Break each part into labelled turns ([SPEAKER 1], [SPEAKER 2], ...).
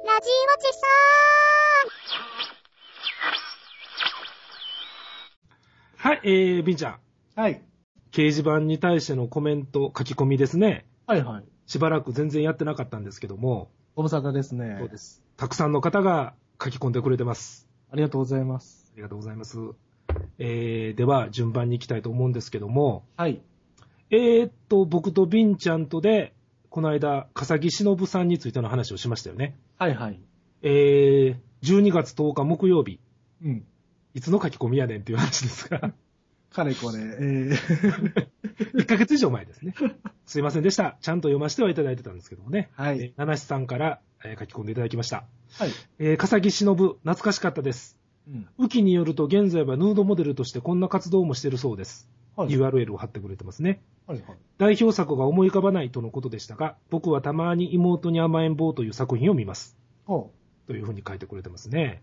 [SPEAKER 1] ちそ
[SPEAKER 2] はい、えー、ビンちゃん。
[SPEAKER 3] はい。
[SPEAKER 2] 掲示板に対してのコメント、書き込みですね。
[SPEAKER 3] はいはい。
[SPEAKER 2] しばらく全然やってなかったんですけども、
[SPEAKER 3] ご無沙汰ですね。
[SPEAKER 2] そうです。たくさんの方が書き込んでくれてます。
[SPEAKER 3] ありがとうございます。
[SPEAKER 2] ありがとうございます。えー、では、順番に行きたいと思うんですけども、
[SPEAKER 3] はい。
[SPEAKER 2] えーっと、僕とビンちゃんとで、この間、笠木忍さんについての話をしましたよね。
[SPEAKER 3] はいはい。
[SPEAKER 2] えー、12月10日木曜日、
[SPEAKER 3] うん。
[SPEAKER 2] いつの書き込みやねんっていう話ですが、
[SPEAKER 3] かれこれ、えー、
[SPEAKER 2] 1ヶ月以上前ですね。すいませんでした。ちゃんと読ませてはいただいてたんですけどもね。
[SPEAKER 3] は
[SPEAKER 2] えー
[SPEAKER 3] い。
[SPEAKER 2] 七七さんから、えー書き込んでいただきました。
[SPEAKER 3] はい。
[SPEAKER 2] えー、笠木忍、懐かしかったです。
[SPEAKER 3] うん。
[SPEAKER 2] ウキによると現在はヌードモデルとしてこんな活動もしてるそうです。
[SPEAKER 3] はい。
[SPEAKER 2] URL を貼ってくれてますね。
[SPEAKER 3] はいはい。
[SPEAKER 2] 代表作が思い浮かばないとのことでしたが、僕はたまに妹に甘えん坊という作品を見ます。
[SPEAKER 3] ほ
[SPEAKER 2] というふうに書いてくれてますね。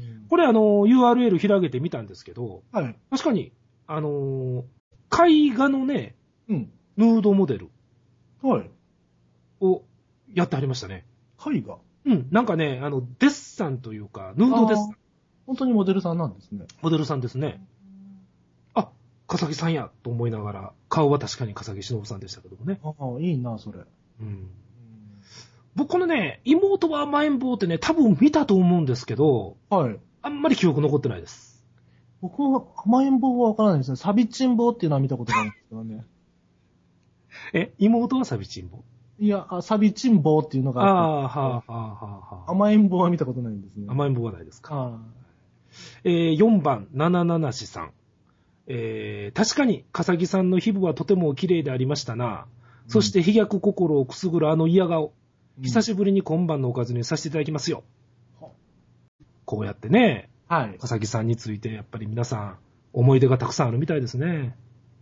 [SPEAKER 3] う。うん
[SPEAKER 2] これあの、URL 開けてみたんですけど、
[SPEAKER 3] はい。
[SPEAKER 2] 確かに、あのー絵画のね、
[SPEAKER 3] うん。
[SPEAKER 2] ヌードモデル
[SPEAKER 3] はい。
[SPEAKER 2] をやってはりましたね。
[SPEAKER 3] 絵画。
[SPEAKER 2] うん、なんかね、あの、デッサンというか、ヌードデッサ
[SPEAKER 3] あー
[SPEAKER 2] ン、
[SPEAKER 3] 本当にモデルさんなんですね。
[SPEAKER 2] モデルさんですね。あ、笠木さんやと思いながら、顔は確かに笠木忍さんでしたけどもね。
[SPEAKER 3] ああ、いいな、それ。
[SPEAKER 2] うん。僕このね、妹は甘えん坊ってね、多分見たと思うんですけど、
[SPEAKER 3] はい。
[SPEAKER 2] あんまり記憶残ってないです。
[SPEAKER 3] 僕も甘えん坊はわからないですね。サビチン坊っていうのは見たことがあるんですけどね。
[SPEAKER 2] え、妹はサビチンボ。
[SPEAKER 3] いや、あサビチン坊っていうの
[SPEAKER 2] あ
[SPEAKER 3] が
[SPEAKER 2] あ
[SPEAKER 3] あ
[SPEAKER 2] はあ、
[SPEAKER 3] っ、
[SPEAKER 2] はあ、はあ、は
[SPEAKER 3] 甘えん坊は見たことないんですね
[SPEAKER 2] あ。。甘えん坊はないですか。
[SPEAKER 3] あ
[SPEAKER 2] えー4番、77しさん。えー確かに、笠木さんの皮膚はとても綺麗でありましたな。そして、飛躍心をくすぐるあの嫌顔。
[SPEAKER 3] あ、
[SPEAKER 2] 久しぶりに今晩のおかずにさせていただきますよ
[SPEAKER 3] は。
[SPEAKER 2] こうやってね、
[SPEAKER 3] はい。
[SPEAKER 2] 笠木さんについて、やっぱり皆さん、思い出がたくさんあるみたいですね。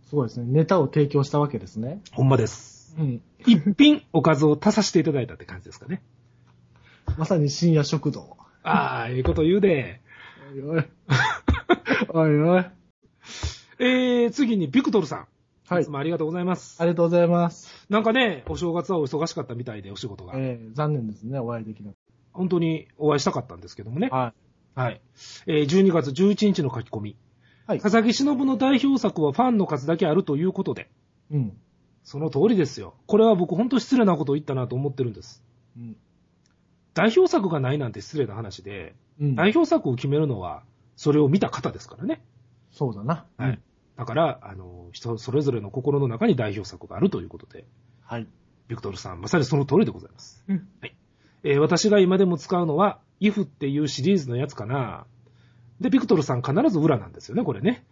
[SPEAKER 3] すごいですね。ネタを提供したわけですね。
[SPEAKER 2] ほんまです。
[SPEAKER 3] うん。
[SPEAKER 2] 一品、おかずを足させていただいたって感じですかね。
[SPEAKER 3] まさに深夜食堂。
[SPEAKER 2] ああ、ええこと言うで。
[SPEAKER 3] おいおい。 おいおい。
[SPEAKER 2] えー、次に、ビクトルさん。
[SPEAKER 3] はい
[SPEAKER 2] つ。もありがとうございます
[SPEAKER 3] あ。りがとうございます。
[SPEAKER 2] なんかね、お正月はお忙しかったみたいで、お仕事が。
[SPEAKER 3] えー、残念ですね、お会いできなく
[SPEAKER 2] 本当にお会いしたかったんですけどもね
[SPEAKER 3] て。。は
[SPEAKER 2] はい。えー12月11日の書き込み。
[SPEAKER 3] い。はい。
[SPEAKER 2] 笠木忍の代表作はファンの数だけあるということで、
[SPEAKER 3] うん。
[SPEAKER 2] その通りですよ。これは僕本当失礼なことを言ったなと思ってるんです。
[SPEAKER 3] うん。
[SPEAKER 2] 代表作がないなんて失礼な話で、
[SPEAKER 3] うん。
[SPEAKER 2] 代表作を決めるのは、それを見た方ですからね。
[SPEAKER 3] そうだな。
[SPEAKER 2] は
[SPEAKER 3] うん
[SPEAKER 2] い。。だから、あの、人それぞれの心の中に代表作があるということで、
[SPEAKER 3] はい。
[SPEAKER 2] ビクトルさん、まさにその通りでございます。
[SPEAKER 3] うん
[SPEAKER 2] えー私が今でも使うのは、イフっていうシリーズのやつかな。で、ビクトルさん必ず裏なんですよね、これね。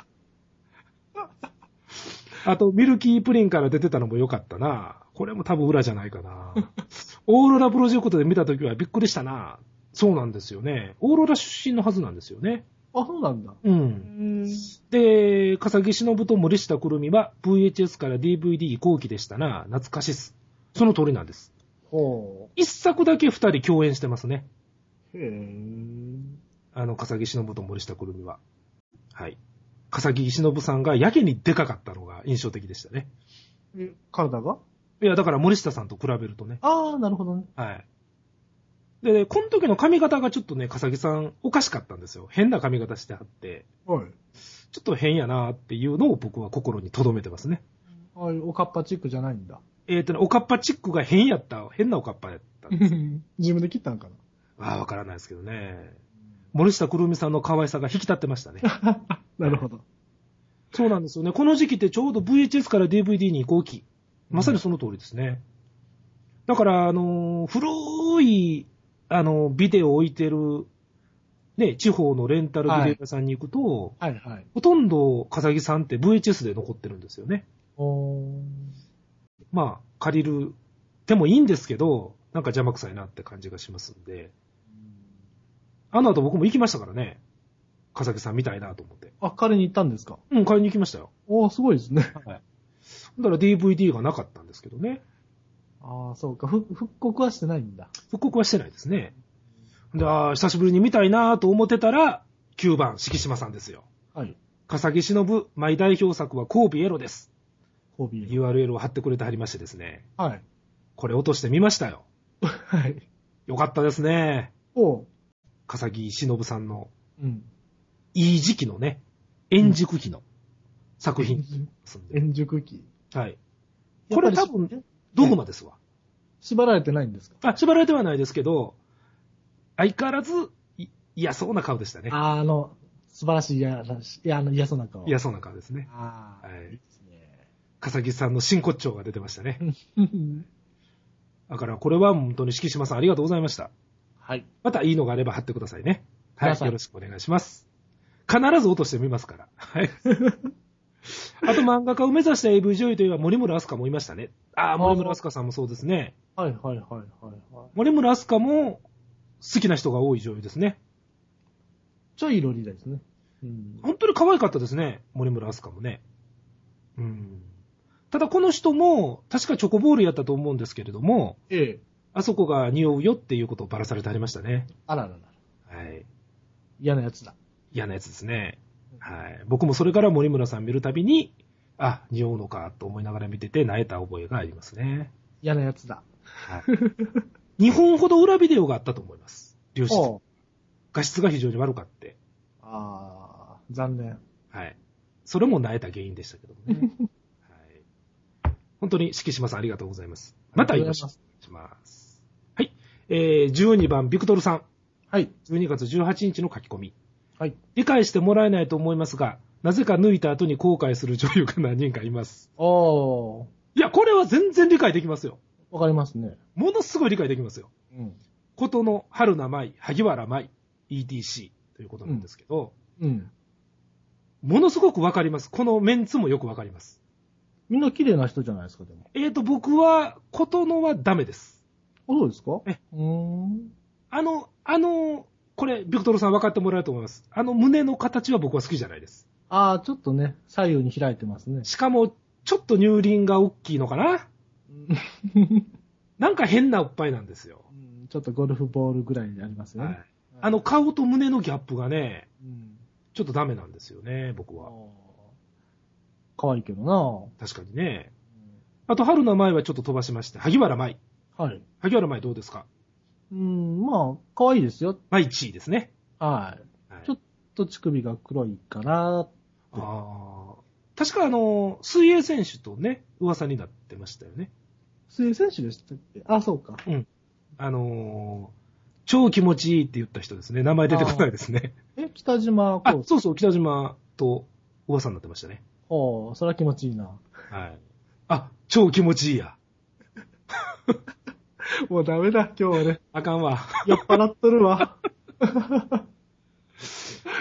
[SPEAKER 2] あと、ミルキープリンから出てたのも良かったな。これも多分裏じゃないかな。オーロラプロジェクトで見たときはびっくりしたな。そうなんですよね。オーロラ出身のはずなんですよね。
[SPEAKER 3] あ、そうなんだ。
[SPEAKER 2] うん。で、笠木忍と森下くるみは VHS から DVD 移行期でしたな。懐かしいっす。その通りなんです。
[SPEAKER 3] ほ
[SPEAKER 2] 一作だけ二人共演してますね。
[SPEAKER 3] う。へー。
[SPEAKER 2] あの、笠木忍と森下くるみは。はい。笠木忍さんがやけにでかかったのが印象的でしたね。
[SPEAKER 3] え、体が
[SPEAKER 2] いや、だから森下さんと比べるとね。
[SPEAKER 3] あー、なるほどね。
[SPEAKER 2] はい。で、この時の髪型がちょっとね、笠木さんおかしかったんですよ。変な髪型してはって、
[SPEAKER 3] はい。
[SPEAKER 2] ちょっと変やなーっていうのを僕は心に留めてますね。
[SPEAKER 3] はい、おかっぱチックじゃないんだ。
[SPEAKER 2] えっ、とね、おかっぱチックが変やった、変なおかっぱやった。
[SPEAKER 3] 自分で切ったんかな。
[SPEAKER 2] ああ、わからないですけどね。森下くるみさんの可愛さが引き立ってましたね。
[SPEAKER 3] なるほど。
[SPEAKER 2] そうなんですよね。この時期ってちょうど VHS から DVD に移行期。まさにその通りですね。だから、あのー古い、あのービデオを置いてる、ね、地方のレンタルビデオ屋さんに行くと、
[SPEAKER 3] はいはい。
[SPEAKER 2] ほとんど、笠木さんって VHS で残ってるんですよね。
[SPEAKER 3] おー。
[SPEAKER 2] まあ、借りるでもいいんですけど、なんか邪魔くさいなって感じがしますんで。あの後僕も行きましたからね。笠木さん見たいなと思って。
[SPEAKER 3] あ、彼に行ったんですか
[SPEAKER 2] うん、買いに行きましたよ。
[SPEAKER 3] おー、すごいですね。
[SPEAKER 2] はい。だから DVD がなかったんですけどね。
[SPEAKER 3] ああ、そうか。ふ復刻はしてないんだ。
[SPEAKER 2] 復刻はしてないですね。で、ああ、久しぶりに見たいなと思ってたら、9番、敷島さんですよ。
[SPEAKER 3] はい。
[SPEAKER 2] 笠木忍、マイ代表作は神戸エロです。
[SPEAKER 3] ホビー。
[SPEAKER 2] URL を貼ってくれてはりましてですね。
[SPEAKER 3] はい。
[SPEAKER 2] これ落としてみましたよ。
[SPEAKER 3] はい。
[SPEAKER 2] よかったですね。
[SPEAKER 3] おう。
[SPEAKER 2] 笠木忍さんの、
[SPEAKER 3] うん。
[SPEAKER 2] いい時期のね、円熟期の作品ですんで。
[SPEAKER 3] 円熟期。
[SPEAKER 2] はい。これ多分、ドグマですわ。
[SPEAKER 3] 縛られてないんですか
[SPEAKER 2] あ、縛られてはないですけど、相変わらず、い嫌そうな顔でしたね。
[SPEAKER 3] あーあの、素晴らしい嫌らしい、いや、あの、嫌そうな顔。
[SPEAKER 2] 嫌そうな顔ですね。
[SPEAKER 3] ああ、
[SPEAKER 2] はい
[SPEAKER 3] いです
[SPEAKER 2] 笠木さんの真骨頂が出てましたね。
[SPEAKER 3] ね。
[SPEAKER 2] だからこれは本当に敷島さんありがとうございました。
[SPEAKER 3] はい。
[SPEAKER 2] またいいのがあれば貼ってくださいね。は
[SPEAKER 3] くだ
[SPEAKER 2] い。
[SPEAKER 3] さい
[SPEAKER 2] よろしくお願いします。必ず落としてみますから。はい。 あと漫画家を目指した AV 女優といえば森村明日香もいましたね。ああ、森村明日香さんもそうですね。
[SPEAKER 3] はいはいはいはいはい。
[SPEAKER 2] 森村明日香も好きな人が多い女優ですね。
[SPEAKER 3] ちょいロリラですね。うん。
[SPEAKER 2] 本当に可愛かったですね。森村明日香もね。うん。ただこの人も、確かチョコボールやったと思うんですけれども、
[SPEAKER 3] ええ。
[SPEAKER 2] あそこが匂うよっていうことをばらされてありましたね。
[SPEAKER 3] あらららら。
[SPEAKER 2] はい。
[SPEAKER 3] 嫌なやつだ。
[SPEAKER 2] 嫌なやつですね。はい。僕もそれから森村さん見るたびに、あ、匂うのかと思いながら見てて、泣えた覚えがありますね。
[SPEAKER 3] 嫌なやつだ。
[SPEAKER 2] はい。2本 ほど裏ビデオがあったと思います。良質。
[SPEAKER 3] おう
[SPEAKER 2] 画質が非常に悪かって。
[SPEAKER 3] ああ、残 念。
[SPEAKER 2] はい。それも泣えた原因でしたけどもね。はい。本当に、敷島さんありがとうございます。またよろしくお願いします。はい。えー、12番、ビクトルさん。
[SPEAKER 3] はい。
[SPEAKER 2] 12月18日の書き込み。
[SPEAKER 3] はい。
[SPEAKER 2] 理解してもらえないと思いますが、なぜか抜いた後に後悔する女優が何人かいます。
[SPEAKER 3] おー、
[SPEAKER 2] いや、これは全然理解できますよ。
[SPEAKER 3] わかりますね。
[SPEAKER 2] ものすごい理解できますよ。
[SPEAKER 3] うん。
[SPEAKER 2] ことの春名舞、萩原舞、ETC ということなんですけど、
[SPEAKER 3] うん。
[SPEAKER 2] ものすごくわかります。このメンツもよくわかります。
[SPEAKER 3] みんな綺麗な人じゃないですか、でも。
[SPEAKER 2] えーと、僕は、ことのはダメです。
[SPEAKER 3] あ、そうですか
[SPEAKER 2] え
[SPEAKER 3] うーん。
[SPEAKER 2] あの、あの、これ、ビクトルさん分かってもらえると思います。あの胸の形は僕は好きじゃないです。
[SPEAKER 3] ああ、ちょっとね、左右に開いてますね。
[SPEAKER 2] しかも、ちょっと乳輪が大きいのかななんか変なおっぱいなんですよ。
[SPEAKER 3] うんちょっとゴルフボールぐらいにありますよ
[SPEAKER 2] は
[SPEAKER 3] ね。
[SPEAKER 2] い。あの、顔と胸のギャップがね、
[SPEAKER 3] うん。
[SPEAKER 2] ちょっとダメなんですよね、僕
[SPEAKER 3] あ
[SPEAKER 2] は。
[SPEAKER 3] ー可愛いけどな
[SPEAKER 2] 確かにね。あと、春の前はちょっと飛ばしまして、萩原舞。
[SPEAKER 3] はい。
[SPEAKER 2] 萩原舞どうですか
[SPEAKER 3] うん、まあ、可愛いですよ。
[SPEAKER 2] 舞1位ですね。
[SPEAKER 3] はい。
[SPEAKER 2] はい
[SPEAKER 3] ちょっと乳首が黒いから、
[SPEAKER 2] あー確かあの、水泳選手とね、噂になってましたよね。
[SPEAKER 3] 水泳選手でしたっけあ、そうか。
[SPEAKER 2] あのー超気持ちいいって言った人ですね。名前出てこないですね。
[SPEAKER 3] え、北島
[SPEAKER 2] あ
[SPEAKER 3] コース。
[SPEAKER 2] そうそう、北島と噂になってましたね。
[SPEAKER 3] おーそれは気持ちいいな。
[SPEAKER 2] はい。あ、超気持ちいいや。
[SPEAKER 3] もうダメだ、今日はね。
[SPEAKER 2] あかんわ。
[SPEAKER 3] 酔っ払っとる わ。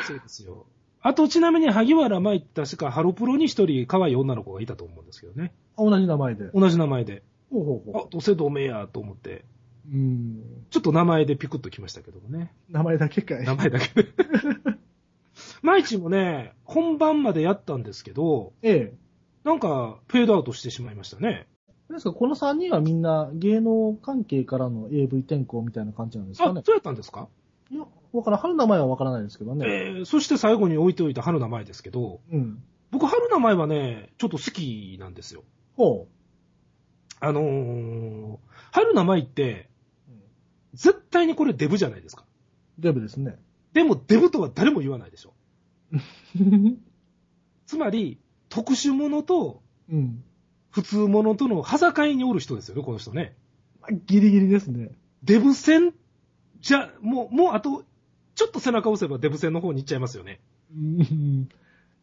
[SPEAKER 2] そうですよ。あと、ちなみに萩原舞って確かハロプロに一人可愛い女の子がいたと思うんですけどね。
[SPEAKER 3] 同じ名前で。
[SPEAKER 2] 同じ名前で。
[SPEAKER 3] ほうほうほ
[SPEAKER 2] あ、どうせ同盟やと思って、
[SPEAKER 3] う。うん。
[SPEAKER 2] ちょっと名前でピクッときましたけどもね。
[SPEAKER 3] 名前だけかい。
[SPEAKER 2] 名前だけで。マイチもね、本番までやったんですけど、
[SPEAKER 3] ええ。
[SPEAKER 2] なんかフェードアウトしてしまいましたね。
[SPEAKER 3] ですから、この3人はみんな芸能関係からの AV 転校みたいな感じなんですか
[SPEAKER 2] あ、
[SPEAKER 3] ね。
[SPEAKER 2] そうやったんですか、
[SPEAKER 3] いや、わからん。春の名前はわからないですけどね。
[SPEAKER 2] えー、そして最後に置いておいた春名前ですけど、
[SPEAKER 3] うん。
[SPEAKER 2] 僕春名前はね、ちょっと好きなんですよ。
[SPEAKER 3] ほ
[SPEAKER 2] あのー、春名前って
[SPEAKER 3] うん、
[SPEAKER 2] 絶対にこれデブじゃないですか。
[SPEAKER 3] う。デブですね。
[SPEAKER 2] でもデブとは誰も言わないでしょ。つまり、特殊者と
[SPEAKER 3] うん。
[SPEAKER 2] 普通者との狭境におる人ですよね、この人ね。
[SPEAKER 3] まあギリギリですね。
[SPEAKER 2] デブ戦じゃ、もう、もうあと、ちょっと背中を押せばデブ戦の方に行っちゃいますよね。
[SPEAKER 3] うん。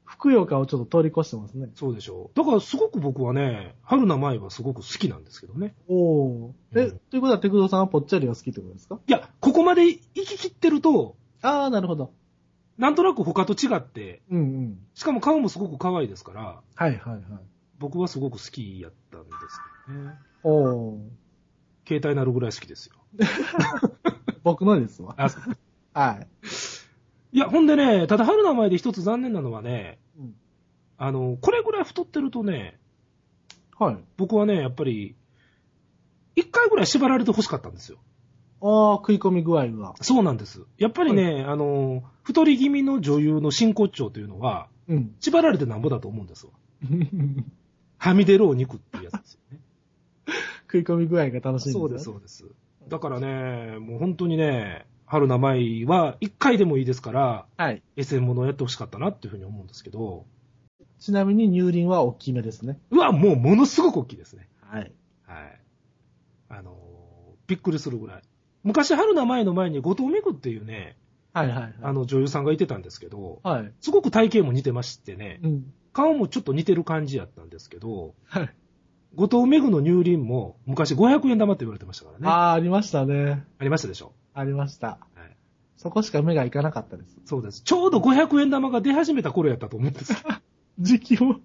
[SPEAKER 3] ふくよかをちょっと通り越してますね。
[SPEAKER 2] そうでしょう。だからすごく僕はね、春名前はすごく好きなんですけどね。
[SPEAKER 3] おお。え、
[SPEAKER 2] うん
[SPEAKER 3] ということは、テクドさんはぽっちゃりが好きってことですか
[SPEAKER 2] いや、ここまで行き切ってると、
[SPEAKER 3] ああ、なるほど。
[SPEAKER 2] なんとなく他と違って、
[SPEAKER 3] うんうん。
[SPEAKER 2] しかも顔もすごく可愛いですから、
[SPEAKER 3] はいはいはい。
[SPEAKER 2] 僕はすごく好きやったんですけどね。
[SPEAKER 3] おお。
[SPEAKER 2] 携帯なるぐらい好きですよ。
[SPEAKER 3] 僕のですわ。はい
[SPEAKER 2] や、ほんでね、ただ春名前で一つ残念なのはね、
[SPEAKER 3] い。うん、
[SPEAKER 2] あの、これぐらい太ってるとね、
[SPEAKER 3] はい。
[SPEAKER 2] 僕はね、やっぱり、一回ぐらい縛られて欲しかったんですよ。
[SPEAKER 3] ああ、食い込み具合が。
[SPEAKER 2] そうなんです。やっぱりね、あの、太り気味の女優の真骨頂というのは、
[SPEAKER 3] うん。
[SPEAKER 2] 縛られてなんぼだと思うんですわ。はみ出るお肉っていうやつですよね。
[SPEAKER 3] 食い込み具合が楽しいんです、ね。
[SPEAKER 2] そうです、そうです。だからね、もう本当にね、春名舞は1回でもいいですから、
[SPEAKER 3] はい。
[SPEAKER 2] SM ものをやってほしかったなっていうふうに思うんですけど、
[SPEAKER 3] ちなみに乳輪は大きめですね。
[SPEAKER 2] うわ、もうものすごく大きいですね。
[SPEAKER 3] はい。
[SPEAKER 2] はい。あのーびっくりするぐらい。昔、春名舞の前に後藤めぐっていうね、
[SPEAKER 3] はいはいはい。
[SPEAKER 2] あの女優さんがいてたんですけど、
[SPEAKER 3] はい。
[SPEAKER 2] すごく体型も似てましてね、
[SPEAKER 3] うん。
[SPEAKER 2] 顔もちょっと似てる感じやったんですけど、
[SPEAKER 3] はい。
[SPEAKER 2] 後藤めぐの乳輪も昔500円玉って言われてましたからね。
[SPEAKER 3] あ
[SPEAKER 2] あ
[SPEAKER 3] あ、ありましたね。
[SPEAKER 2] りましたでしょ。
[SPEAKER 3] ありました。
[SPEAKER 2] はい
[SPEAKER 3] そこしか目がいかなかったです。
[SPEAKER 2] そうです。ちょうど500円玉が出始めた頃やったと思うんです。
[SPEAKER 3] 時期も。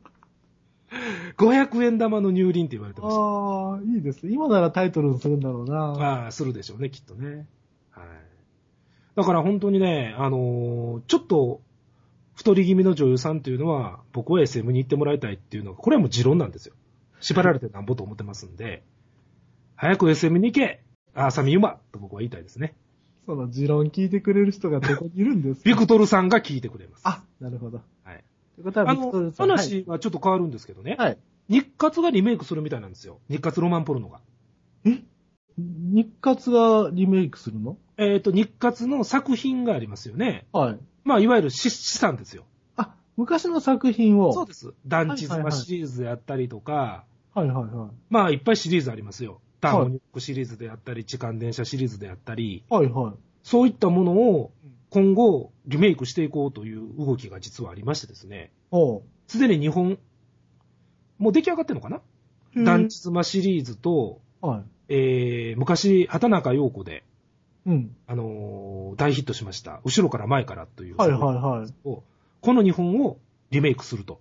[SPEAKER 2] 500円玉の乳輪って言われてました。
[SPEAKER 3] ああ、いいです。今ならタイトルにするんだろうな。
[SPEAKER 2] ああ、するでしょうね、きっとね。はい。だから本当にね、あのーちょっと、太り気味の女優さんというのは、僕は SM に行ってもらいたいっていうのが、これはもう持論なんですよ。縛られてなんぼと思ってますんで、早く SM に行け浅見ゆまと僕は言いたいですね。
[SPEAKER 3] その持論聞いてくれる人がどこにいるんですか
[SPEAKER 2] ビクトルさんが聞いてくれます。
[SPEAKER 3] あ、なるほど。
[SPEAKER 2] はい。
[SPEAKER 3] ということは、
[SPEAKER 2] あ
[SPEAKER 3] ビクト
[SPEAKER 2] の
[SPEAKER 3] ル、さん。
[SPEAKER 2] 話はちょっと変わるんですけどね。
[SPEAKER 3] はい。はい。
[SPEAKER 2] 日活がリメイクするみたいなんですよ。日活ロマンポルノが。
[SPEAKER 3] 日活がリメイクするの
[SPEAKER 2] えっ、と、日活の作品がありますよね。
[SPEAKER 3] はい。
[SPEAKER 2] まあ、いわゆる資資産ですよ。
[SPEAKER 3] あ、昔の作品を。
[SPEAKER 2] そうです。団地
[SPEAKER 3] はい
[SPEAKER 2] 妻
[SPEAKER 3] はいはい
[SPEAKER 2] シリーズであったりとか、
[SPEAKER 3] はいはいはい。
[SPEAKER 2] まあいっぱいシリーズありますよ。ダー
[SPEAKER 3] は
[SPEAKER 2] モ
[SPEAKER 3] い
[SPEAKER 2] ニックシリーズであったり、痴漢電車シリーズであったり、
[SPEAKER 3] はいはい。
[SPEAKER 2] そういったものを今後リメイクしていこうという動きが実はありましてですね、
[SPEAKER 3] おう。
[SPEAKER 2] すでに日本、もう出来上がってるのかな
[SPEAKER 3] へー
[SPEAKER 2] 団地妻シリーズと、
[SPEAKER 3] は
[SPEAKER 2] えー、昔、畑中陽子で、
[SPEAKER 3] い。うん。
[SPEAKER 2] あのー大ヒットしました。後ろから前からという
[SPEAKER 3] はいはいはい。
[SPEAKER 2] を、この日本をリメイクすると。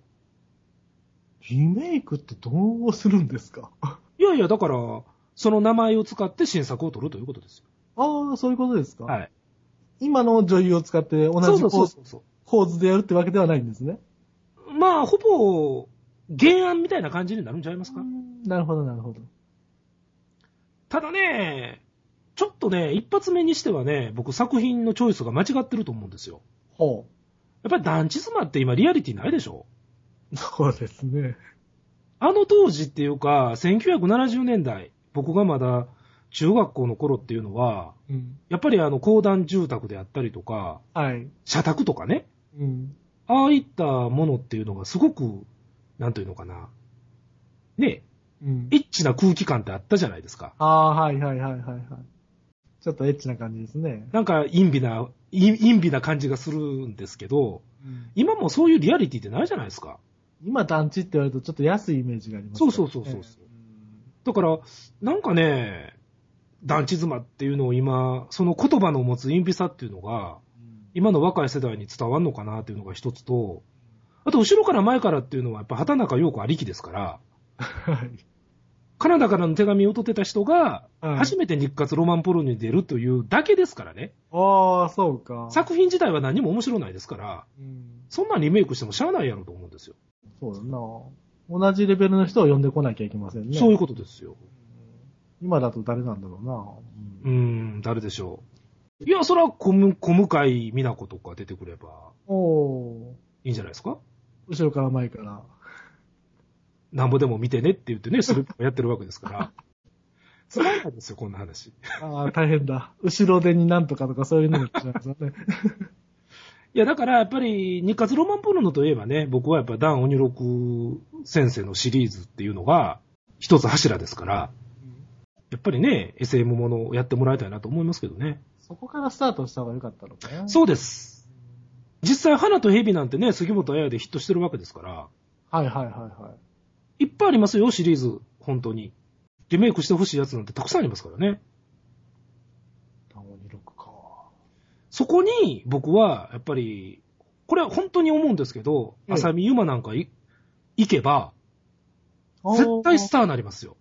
[SPEAKER 3] リメイクってどうするんですか あ
[SPEAKER 2] いやいや、だから、その名前を使って新作を取るということですよ。
[SPEAKER 3] あ、そういうことですか、
[SPEAKER 2] はい。
[SPEAKER 3] 今の女優を使って同じ
[SPEAKER 2] そうそ
[SPEAKER 3] 構
[SPEAKER 2] う
[SPEAKER 3] 図
[SPEAKER 2] そうそ
[SPEAKER 3] 構図でやるってわけではないんですね。
[SPEAKER 2] う。まあ、ほぼ、原案みたいな感じになるんちゃいますか、
[SPEAKER 3] なるほどなるほど。
[SPEAKER 2] ただね、ちょっとね、一発目にしてはね、僕作品のチョイスが間違ってると思うんですよ。
[SPEAKER 3] ほ
[SPEAKER 2] やっぱり団地妻って今リアリティないでしょ
[SPEAKER 3] う。そうですね。
[SPEAKER 2] あの当時っていうか、1970年代、僕がまだ中学校の頃っていうのは、
[SPEAKER 3] うん。
[SPEAKER 2] やっぱりあの公団住宅であったりとか、
[SPEAKER 3] はい。
[SPEAKER 2] 社宅とかね、
[SPEAKER 3] うん。
[SPEAKER 2] ああいったものっていうのがすごく、なんというのかな。ね、
[SPEAKER 3] うん
[SPEAKER 2] エッチな空気感ってあったじゃないですか。
[SPEAKER 3] ああ、はいはいはいはいはい。ちょっとエッチな感じですね。
[SPEAKER 2] なんか、陰微な、陰陰微な感じがするんですけど、今もそういうリアリティってないじゃないですか。
[SPEAKER 3] 今団地って言われるとちょっと安いイメージがあります、
[SPEAKER 2] そうそうそうそうそうだから、なんかね、団地妻っていうのを今、その言葉の持つ陰微さっていうのが、今の若い世代に伝わんのかなっていうのが一つと、あと、後ろから前からっていうのは、やっぱ畑中陽子ありきですから、
[SPEAKER 3] はい。
[SPEAKER 2] カナダからの手紙を取ってた人が、
[SPEAKER 3] はい
[SPEAKER 2] 初めて日活ロマンポロに出るというだけですからね。
[SPEAKER 3] ああ、そうか。
[SPEAKER 2] 作品自体は何も面白ないですから、
[SPEAKER 3] うん
[SPEAKER 2] そんなんリメイクしてもしゃあないやろと思うんですよ。
[SPEAKER 3] そうだな。同じレベルの人を呼んでこなきゃいけませんね。
[SPEAKER 2] そういうことですよ。
[SPEAKER 3] 今だと誰なんだろうな。
[SPEAKER 2] うーん、誰でしょう。いや、そら、小む小向井美奈子とか出てくれば
[SPEAKER 3] おお
[SPEAKER 2] いいんじゃないですか
[SPEAKER 3] ー後ろから前から。
[SPEAKER 2] なんぼでも見てねって言ってね、それやってるわけですから。つまんないですよ、こんな話。い
[SPEAKER 3] ああ、大変だ。後ろ手になんとかとかそういうのが違いますよ ね。
[SPEAKER 2] や、だからやっぱり、日活ロマンポルノといえばね、僕はやっぱダン・オニロク先生のシリーズっていうのが、一つ柱ですから、やっぱりね、SM ものをやってもらいたいなと思いますけどね。
[SPEAKER 3] そこからスタートした方が良かったのかな。
[SPEAKER 2] そうです。実際、花と蛇なんてね、杉本彩でヒットしてるわけですから、
[SPEAKER 3] はいはいはいはい。
[SPEAKER 2] いっぱいありますよ、シリーズ。本当に。リメイクしてほしいやつなんてたくさんありますからね。
[SPEAKER 3] ダモニロクか。
[SPEAKER 2] そこに、僕は、やっぱり、これは本当に思うんですけど、
[SPEAKER 3] ええ
[SPEAKER 2] 浅見ゆまなんかい行けば、絶対スターになりますよ。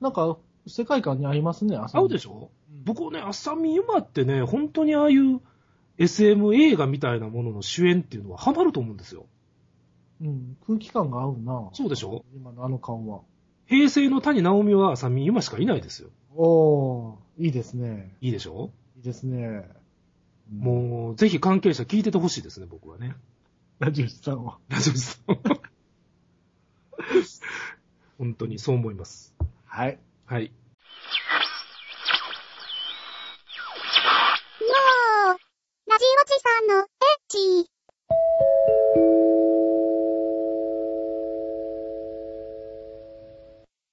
[SPEAKER 3] なんか、世界観に合いますね、
[SPEAKER 2] 合うで
[SPEAKER 3] し
[SPEAKER 2] しょ
[SPEAKER 3] うん
[SPEAKER 2] 僕ね、浅見ゆまってね、本当にああいう SM 映画みたいなものの主演っていうのはハマると思うんですよ。
[SPEAKER 3] うん、空気感が合うな。
[SPEAKER 2] そうでしょ
[SPEAKER 3] 今のあの感は。
[SPEAKER 2] 平成の谷直美は浅見ゆましかいないですよ。
[SPEAKER 3] おー、いいですね。
[SPEAKER 2] いいでしょ
[SPEAKER 3] いいですね。うん、
[SPEAKER 2] もう、ぜひ関係者聞いててほしいですね、僕はね。
[SPEAKER 3] ラジオさんは。
[SPEAKER 2] ラジオさん。本当にそう思います。
[SPEAKER 3] はい。
[SPEAKER 2] はい。
[SPEAKER 1] チー。